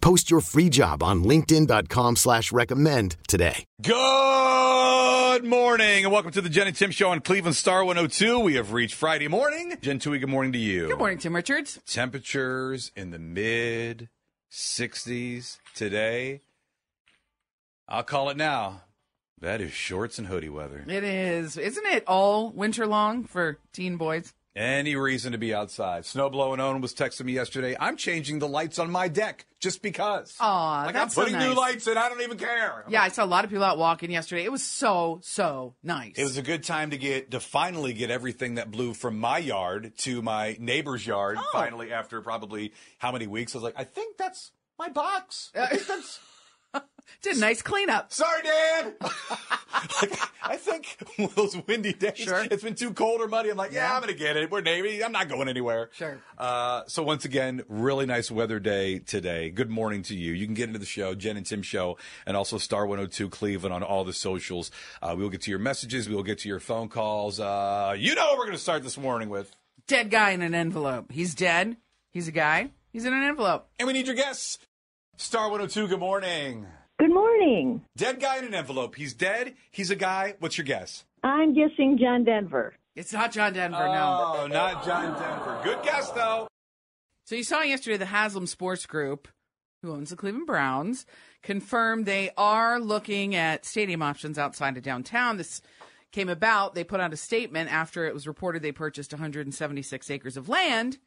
Post your free job on linkedin.com slash recommend today. Good morning, and welcome to the Jen and Tim Show on Cleveland Star 102. We have reached Friday morning. Jen Tui, good morning to you. Good morning, Tim Richards. Temperatures in the mid 60s today. I'll call it now. That is shorts and hoodie weather. It is, isn't it all winter long for teen boys? Any reason to be outside. Snowblowing Owen was texting me yesterday. I'm changing the lights on my deck just because. Aw, like that's I'm so putting new nice. lights in. I don't even care. Yeah, I saw a lot of people out walking yesterday. It was so, so nice. It was a good time to get to finally get everything that blew from my yard to my neighbor's yard. Finally, after probably how many weeks, I was like, I think that's my box. I think that's did a nice cleanup. Sorry, Dad. like, I think one of those windy days, Sure. it's been too cold or muddy. I'm like, yeah, Yeah. I'm going to get it. We're Navy. I'm not going anywhere. Sure. Uh, so, once again, really nice weather day today. Good morning to you. You can get into the show, Jen and Tim Show, and also Star 102 Cleveland on all the socials. Uh, we will get to your messages. We will get to your phone calls. Uh, you know what we're going to start this morning with. Dead guy in an envelope. He's dead. He's a guy. He's in an envelope. And we need your guests. Star 102, good morning. Good morning. Dead guy in an envelope. He's dead. He's a guy. What's your guess? I'm guessing John Denver. It's not John Denver, no. Oh, not John Denver. Good guess, though. So you saw yesterday the Haslam Sports Group, who owns the Cleveland Browns, confirmed they are looking at stadium options outside of downtown. This came about. They put out a statement after it was reported they purchased 176 acres of land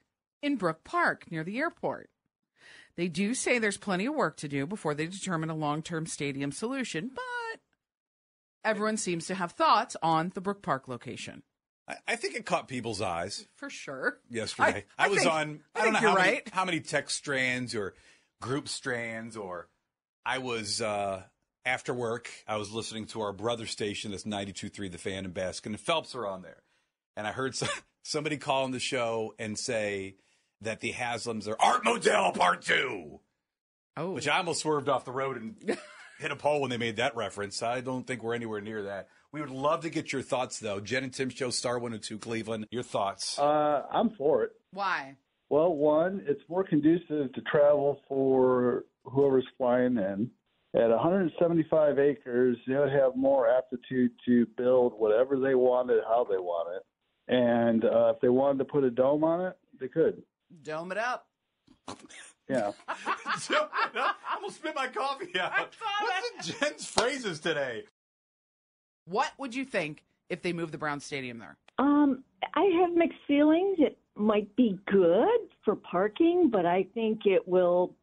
in Brook Park near the airport. They do say there's plenty of work to do before they determine a long term stadium solution, but everyone seems to have thoughts on the Brook Park location. I, I think it caught people's eyes For sure. yesterday. I, was think- on, I, I, don't know think how you're many, right. how many text strands or group strands, or I was uh, after work, I was listening to our brother station that's 92.3 The Fan and Baskin and Phelps are on there. And I heard some, somebody call on the show and say that the Haslams are Art Modell Part 2. Oh. Which I almost swerved off the road and hit a pole when they made that reference. I don't think we're anywhere near that. We would love to get your thoughts, though. Jen and Tim Show, Star 102 Cleveland. Your thoughts. Uh, I'm for it. Why? Well, one, it's more conducive to travel for whoever's flying in. At 175 acres, they would have more aptitude to build whatever they wanted, how they want it. And uh, if they wanted to put a dome on it, they could. Dome it up. Yeah. I almost spit my coffee out. What's in Jen's phrases today? What would you think if they moved the Brown Stadium there? Um, I have mixed feelings. It might be good for parking, but I think it will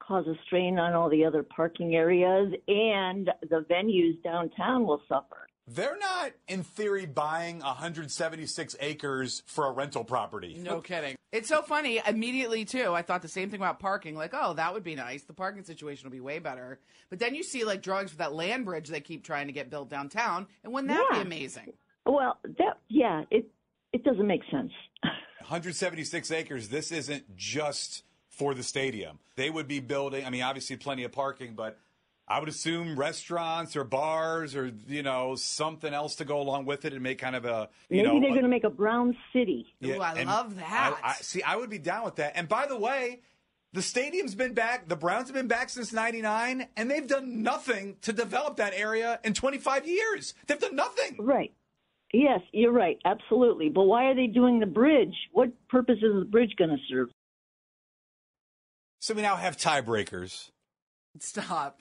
cause a strain on all the other parking areas, and the venues downtown will suffer. They're not, in theory, buying 176 acres for a rental property. No kidding. It's so funny. Immediately, too, I thought the same thing about parking. Like, oh, that would be nice. The parking situation will be way better. But then you see, like, drawings for that land bridge they keep trying to get built downtown. And wouldn't that be Yeah. amazing? Well, that yeah, it it doesn't make sense. 176 acres, this isn't just for the stadium. They would be building, I mean, obviously plenty of parking, but I would assume restaurants or bars or, you know, something else to go along with it and make kind of a, you Maybe know. they're a- going to make a brown city. Ooh, I and love that. I, I, see, I would be down with that. And by the way, the stadium's been back, the Browns have been back since 99, and they've done nothing to develop that area in 25 years. They've done nothing. Right. Yes, you're right. Absolutely. But why are they doing the bridge? What purpose is the bridge going to serve? So we now have tiebreakers. Stop.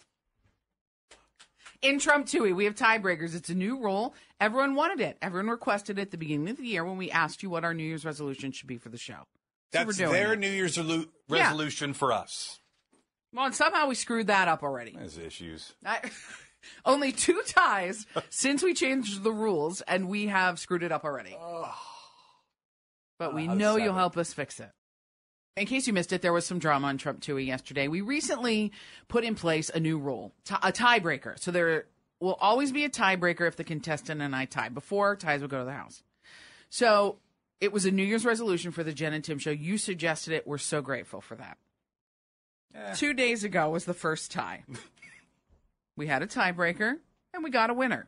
In Trump Tui, we have tiebreakers. It's a new rule. Everyone wanted it. Everyone requested it at the beginning of the year when we asked you what our New Year's resolution should be for the show. So That's we're doing their it. New Year's relu- Yeah. resolution for us. Well, and somehow we screwed that up already. There's issues. I, only two ties since we changed the rules, and we have screwed it up already. But we Uh, know seven. you'll help us fix it. In case you missed it, there was some drama on Trump Tui yesterday. We recently put in place a new rule, t- a tiebreaker. So there will always be a tiebreaker if the contestant and I tie. Before ties would go to the house. So it was a New Year's resolution for the Jen and Tim show. You suggested it. We're so grateful for that. Two days ago was the first tie. we had a tiebreaker and we got a winner.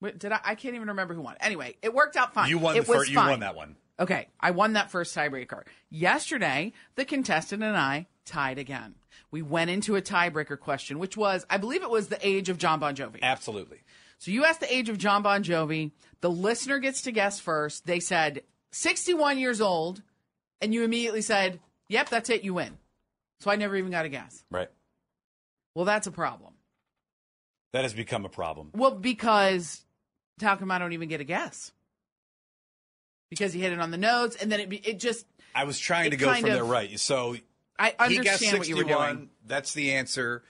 Wait, Did I? I can't even remember who won. Anyway, it worked out fine. You won It the first. was You won fine. that one. Okay, I won that first tiebreaker. Yesterday, the contestant and I tied again. We went into a tiebreaker question, which was, I believe it was the age of John Bon Jovi. Absolutely. So you asked the age of John Bon Jovi. The listener gets to guess first. They said 61 years old, and you immediately said, Yep, that's it, you win. So I never even got a guess. Right. Well, that's a problem. That has become a problem. Well, because how come I don't even get a guess? Because he hit it on the nose, and then it be- it just I was trying It to go kind from there of- right. So I he guessed understand what you were 61. doing. That's the answer.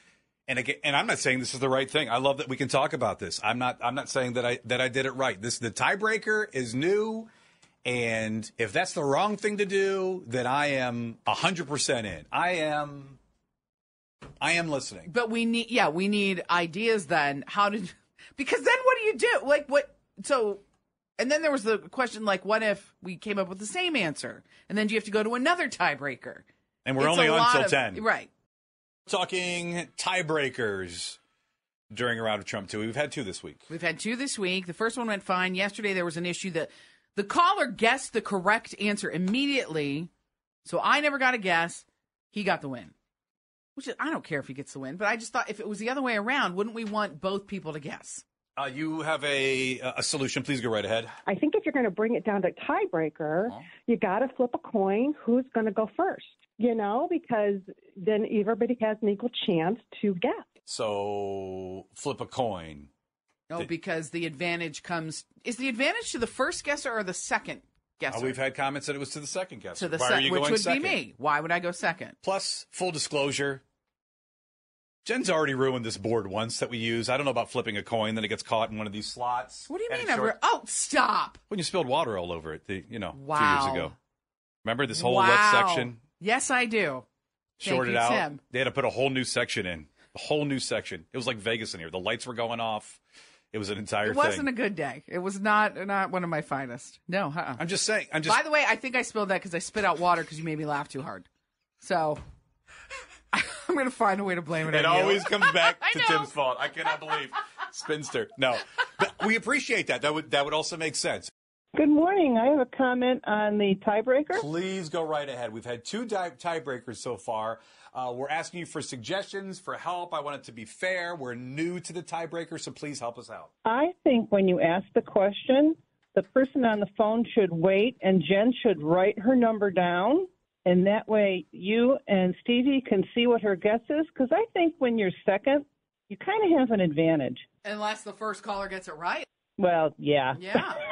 And again, and I'm not saying this is the right thing. I love that we can talk about this. I'm not. I'm not saying that I that I did it right. This the tiebreaker is new, and if that's the wrong thing to do, then I am 100 percent in. I am. I am listening. But we need yeah, we need ideas then. How did because then what do you do? Like what so and then there was the question like what if we came up with the same answer? And then do you have to go to another tiebreaker? And we're It's only a on lot till of- 10. Right. Talking tiebreakers during a round of Trump 2. We've had two this week. We've had two this week. The first one went fine. Yesterday there was an issue that the caller guessed the correct answer immediately. So I never got a guess. He got the win. Which is, I don't care if he gets the win, but I just thought if it was the other way around, wouldn't we want both people to guess? Uh, you have a a solution. Please go right ahead. I think if you're going to bring it down to tiebreaker, you got to flip a coin who's going to go first, you know, because then everybody has an equal chance to guess. So flip a coin. No, The- because the advantage comes. Is the advantage to the first guesser or the second guesser? Uh, we've had comments that it was to the second guess. to the Why are you second, which going would second? be me. Why would I go second? Plus, full disclosure, Jen's already ruined this board once that we use. I don't know about flipping a coin, then it gets caught in one of these slots. What do you and mean? it's I short- re- oh, stop! when you spilled water all over it, the, you know, two Wow. years ago. Remember this whole wow. left section? Yes, I do. Thank shorted you, out. Tim. They had to put a whole new section in. A whole new section. It was like Vegas in here. The lights were going off. It was an entire It wasn't thing. a good day. It was not not one of my finest. No. Uh-uh. I'm just saying. I'm just. By the way, I think I spilled that because I spit out water because you made me laugh too hard. So I'm going to find a way to blame it. it on you. always comes back I to know. Tim's fault. I cannot believe spinster. No, but we appreciate that. That would that would also make sense. Good morning. I have a comment on the tiebreaker. Please go right ahead. We've had two di- tiebreakers so far. Uh, we're asking you for suggestions, for help. I want it to be fair. We're new to the tiebreaker, so please help us out. I think when you ask the question, the person on the phone should wait and Jen should write her number down. And that way you and Stevie can see what her guess is. Because I think when you're second, you kind of have an advantage. Unless the first caller gets it right. Well, yeah. Yeah.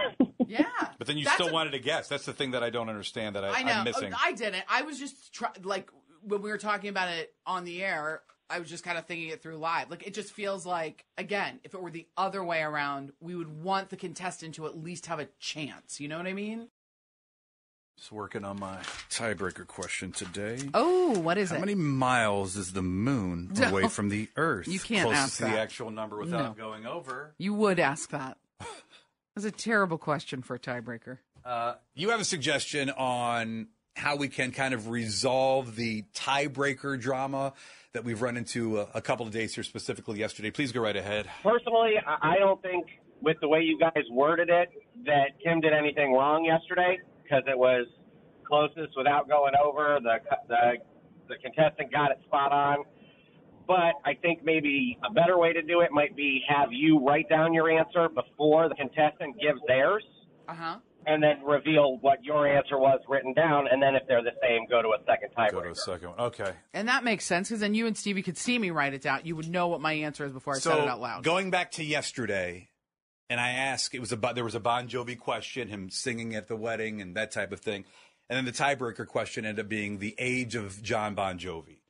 Yeah. But then you That's still a- wanted to guess. That's the thing that I don't understand that I, I know. am missing. Oh, I didn't. I was just try- like when we were talking about it on the air. I was just kind of thinking it through live. Like it just feels like again, if it were the other way around, we would want the contestant to at least have a chance. You know what I mean? Just working on my tiebreaker question today. Oh, what is How it? many miles is the moon away from the Earth? You can't Closest ask to the that. actual number without No. going over. you would ask that. That's a terrible question for a tiebreaker. Uh, you have a suggestion on how we can kind of resolve the tiebreaker drama that we've run into a, a couple of days here, specifically yesterday. Please go right ahead. personally, I I don't think with the way you guys worded it that Kim did anything wrong yesterday because it was closest without going over. The the the contestant got it spot on. But I think maybe a better way to do it might be have you write down your answer before the contestant gives theirs. Uh-huh. Uh huh. and then reveal what your answer was written down, and then if they're the same, go to a second Go tiebreaker. to a second one. Okay. And that makes sense because then you and Stevie could see me write it down. You would know what my answer is before I so said it out loud. going back to yesterday, and I asked it was about there was a Bon Jovi question, him singing at the wedding and that type of thing, and then the tiebreaker question ended up being the age of John Bon Jovi,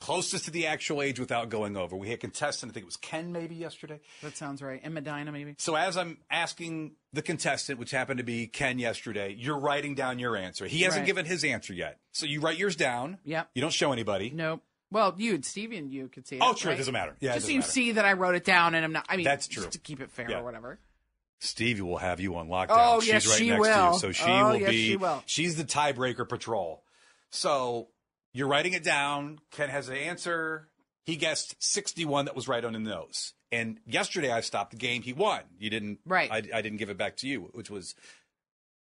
closest to the actual age without going over. We had a contestant, I think it was Ken, maybe yesterday. That sounds right. And Medina, maybe. So as I'm asking the contestant, which happened to be Ken yesterday, you're writing down your answer. He hasn't Right. given his answer yet, so you write yours down. Yep. You don't show anybody. Nope. Well, you and Stevie and you could see it. Oh, sure, it right? doesn't matter. Yeah, it Just so doesn't you matter. see that I wrote it down and I'm not. I mean, That's just true. to keep it fair Yeah. or whatever. Stevie will have you on lockdown. Oh, she's yes, right she next to will. you. So she Oh, will yes, be she will. she's the tiebreaker patrol. So you're writing it down. Ken has the answer. He guessed 61 that was right on the nose. And yesterday I stopped the game. He won. You didn't Right. I, I didn't give it back to you, which was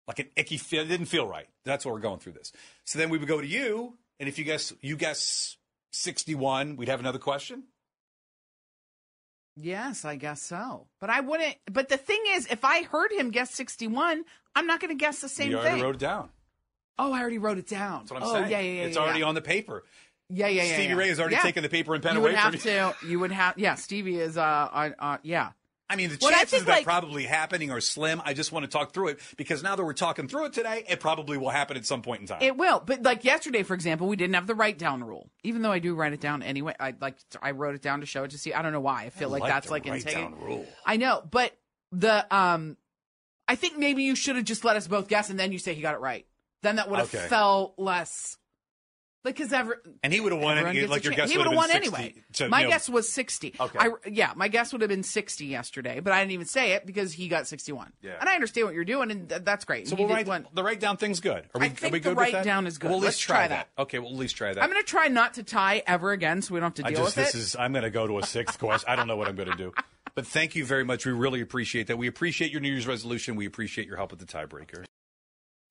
like an icky feel. It didn't feel right. That's why we're going through this. So then we would go to you, and if you guess you guess 61, we'd have another question. Yes, I guess so. But I wouldn't. But the thing is, if I heard him guess 61, I'm not going to guess the same we already thing. wrote it down. oh, I already wrote it down. That's what I'm oh, saying. yeah, yeah, yeah. it's yeah, already yeah. on the paper. Yeah, yeah, yeah. Stevie yeah. Ray has already Yeah. taken the paper and pen you away would from have you. to. You would have. Yeah, Stevie is. Uh, uh, uh yeah. I mean, the What I chances think, of that like- probably happening are slim. I just want to talk through it because now that we're talking through it today, it probably will happen at some point in time. It will, but like yesterday, for example, we didn't have the write down rule. Even though I do write it down anyway, I like I wrote it down to show it to see. I don't know why. I feel like, that's the like write-down integ- rule. I know, but the um, I think maybe you should have just let us both guess, and then you say he got it right. Then that would have Okay. felt less. Like, cause ever And he would have won. Everyone Any, gets like a your chance. guess He would have would've won been 60 anyway. to- my no. guess was sixty. Okay. I, yeah, my guess would have been sixty yesterday, but I didn't even say it because he got sixty-one. Yeah. And I understand what you're doing, and th- that's great. So He we'll did write, one. the write down thing's good. Are we, are I think we the good with that? write-down is good. We'll at Let's least try that. that. Okay, we'll at least try that. I'm gonna try not to tie ever again, so we don't have to I deal just with this it. is I'm going to go to a sixth question. I don't know what I'm going to do. But thank you very much. We really appreciate that. We appreciate your New Year's resolution. We appreciate your help with the tiebreaker.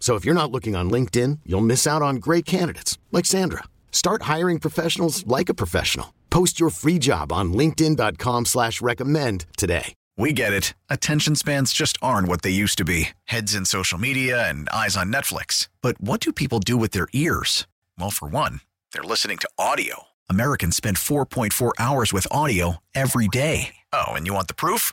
So if you're not looking on LinkedIn, you'll miss out on great candidates like Sandra. Start hiring professionals like a professional. Post your free job on linkedin.com/recommend slash recommend today. We get it. Attention spans just aren't what they used to be heads in social media and eyes on Netflix. But what do people do with their ears? Well, for one, they're listening to audio. Americans spend 4.4 hours with audio every day. Oh, and you want the proof?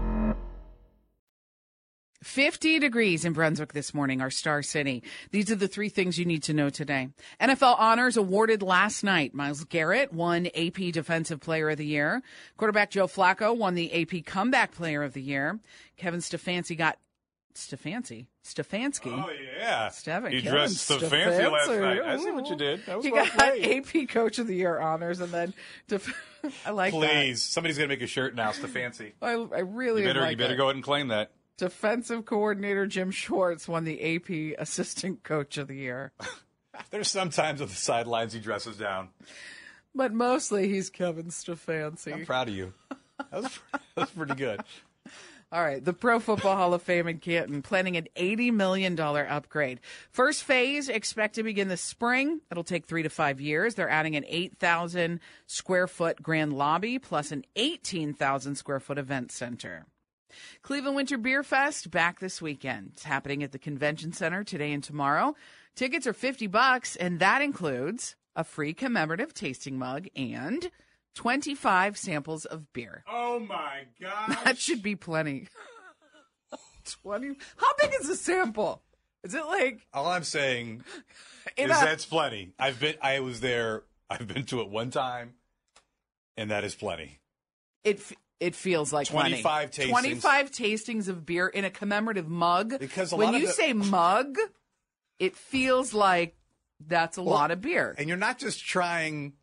50 degrees in Brunswick this morning, our star city. These are the three things you need to know today. NFL honors awarded last night. Miles Garrett won AP Defensive Player of the Year. Quarterback Joe Flacco won the AP Comeback Player of the Year. Kevin Stefanski got Stefanski. Stefanski. Oh yeah, Steven you Kevin dressed the fancy last Stefanski. night. I see what you did. That was He well got played. AP Coach of the Year honors, and then def- I like Please, somebody's gonna make a shirt now. It's the fancy. that. I, I really You better, like you better it. go ahead and claim that. Defensive coordinator Jim Schwartz won the AP Assistant Coach of the Year, There's sometimes on the sidelines he dresses down. but mostly he's Kevin I'm Stefanski. proud of you. That was, that was pretty good. All right, the Pro Football Hall of Fame in Canton planning an $80 million upgrade. First phase expect to begin this spring. It'll take three to five years. They're adding an 8,000 square foot grand lobby plus an 18,000 square foot event center. Cleveland Winter Beer Fest back this weekend. It's happening at the convention center today and tomorrow. Tickets are 50 bucks and that includes a free commemorative tasting mug, and 25 samples of beer. Oh my god. That should be plenty. 20. How big is a sample? Is it like All I'm saying In is a- that's plenty. I've been, I was there. I've been to it one time, and that is plenty. it f- it feels like 25 plenty. tastings. 25 tastings of beer in a commemorative mug. Because a when lot of you the- say mug, it feels like that's a Well, lot of beer. And you're not just trying,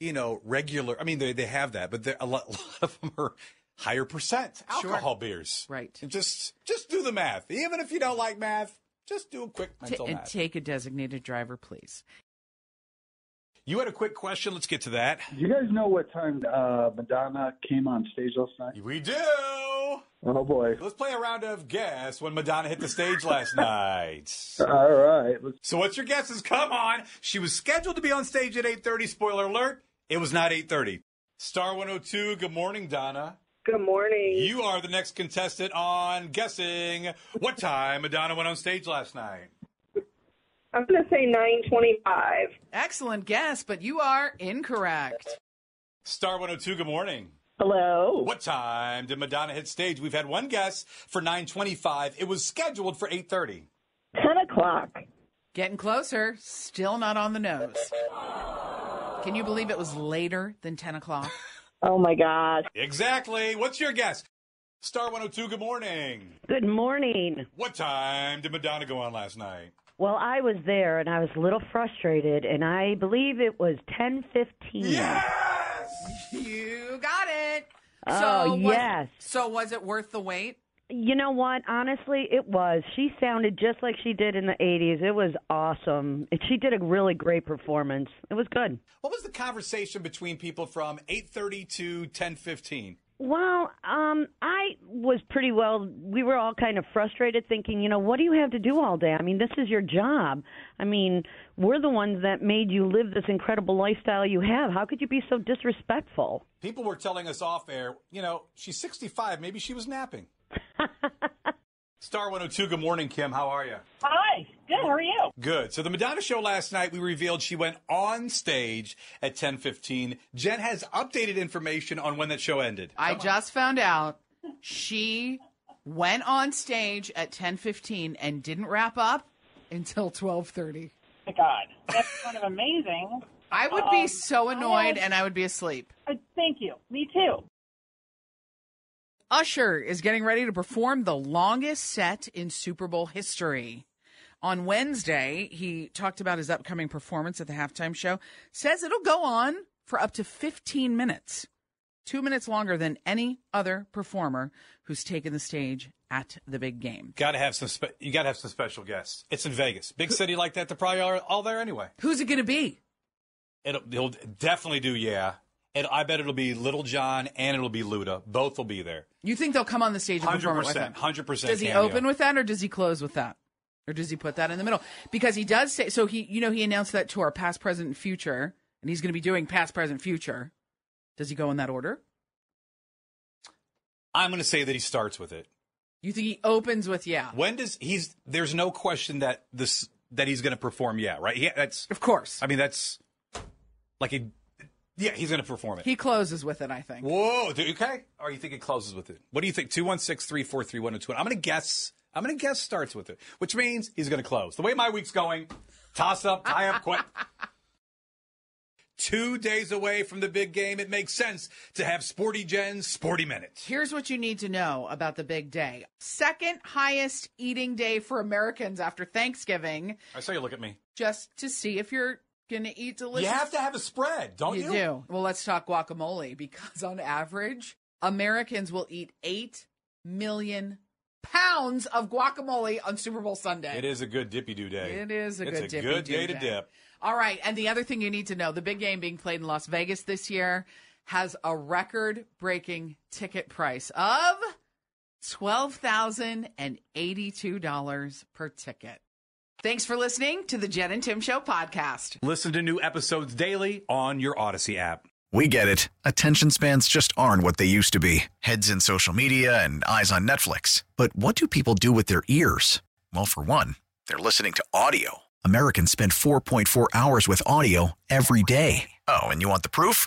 you know, regular. I mean, they they have that, but they're- a lot, a lot of them are higher percent alcohol beers. Right. And just just do the math. Even if you don't like math, just do a quick Ta- mental and math. take a designated driver, please. you had a quick question. Let's get to that. Do you guys know what time uh, Madonna came on stage last night? We do. Oh boy. Let's play a round of guess when Madonna hit the stage last night. All right. Let's So what's your guesses? Come on. She was scheduled to be on stage at 8:30. Spoiler alert, it was not 8:30. Star 102, good morning, Donna. Good morning. You are the next contestant on guessing what time Madonna went on stage last night. I'm going to say 925. Excellent guess, but you are incorrect. Star 102, good morning. Hello. What time did Madonna hit stage? We've had one guess for 9:25. It was scheduled for 8:30. 10 o'clock. Getting closer. Still not on the nose. Can you believe it was later than 10 o'clock? Oh my God. Exactly. What's your guess? Star 102, good morning. Good morning. What time did Madonna go on last night? Well, I was there and I was a little frustrated, and I believe it was ten fifteen. You got it. Oh, was, yes. So was it worth the wait? You know what? Honestly, it was. She sounded just like she did in the '80s. It was awesome. And She did a really great performance. It was good. What was the conversation between people from 8:30 to 10:15? Well, um, I was pretty well. We were all kind of frustrated, thinking, you know, what do you have to do all day? I mean, this is your job. I mean, we're the ones that made you live this incredible lifestyle you have. How could you be so disrespectful? People were telling us off air, you know, she's 65, maybe she was napping. Star 102, good morning, Kim. How are you? Hi. Good. How are you? Oh Good. So the Madonna show last night, we revealed she went on stage at 10:15. Jen has updated information on when that show ended. I just found out she went on stage at 10:15 and didn't wrap up until 12:30. My God. That's kind of amazing. I would be Um, so I annoyed had- and I would be asleep. Uh, thank you. Me too. Usher is getting ready to perform the longest set in Super Bowl history. On Wednesday, he talked about his upcoming performance at the halftime show, says it'll go on for up to 15 minutes, two minutes longer than any other performer who's taken the stage at the big game. Got to have some spe- you got to have some special guests. It's in Vegas. Big city like that, they're probably all, all there anyway. Who's it going to be? It'll, it'll definitely do, yeah. And I bet it'll be Little John and it'll be Luda. Both will be there. You think they'll come on the stage and perform it with him? 100%. 100%. Does he cameo. open with that or does he close with that? Or does he put that in the middle? Because he does say so he you know he announced that tour past, present, and future, and he's gonna be doing past, present, future. Does he go in that order? I'm going to say that he starts with it. You think he opens with yeah. When does he's? There's no question that this that he's going to perform. Yeah, right. Yeah, that's of course. I mean, that's like a yeah. He's going to perform it. He closes with it, I think. Whoa. Do, okay. Or you think it closes with it? What do you think? Two one six three four three one and two. I'm going to guess. I'm going to guess starts with it, which means he's going to close. The way my week's going, toss up, tie up, quit. Two days away from the big game, it makes sense to have Sporty Jen's Sporty Minute. Here's what you need to know about the big day. Second highest eating day for Americans after Thanksgiving, I saw you look at me. just to see if you're gonna eat delicious. You have to have a spread, don't you? you do. Well, let's talk guacamole because on average, Americans will eat 8 million pounds of guacamole on Super Bowl Sunday. It is a good dippy doo day. It is a it's good a dippy good doo day to day. dip. All right, and the other thing you need to know, the big game being played in Las Vegas this year has a record-breaking ticket price of $12,082 per ticket. Thanks for listening to the Jen and Tim Show podcast. Listen to new episodes daily on your Odyssey app. We get it. Attention spans just aren't what they used to be heads in social media and eyes on Netflix. But what do people do with their ears? Well, for one, they're listening to audio. Americans spend 4.4 hours with audio every day. Oh, and you want the proof?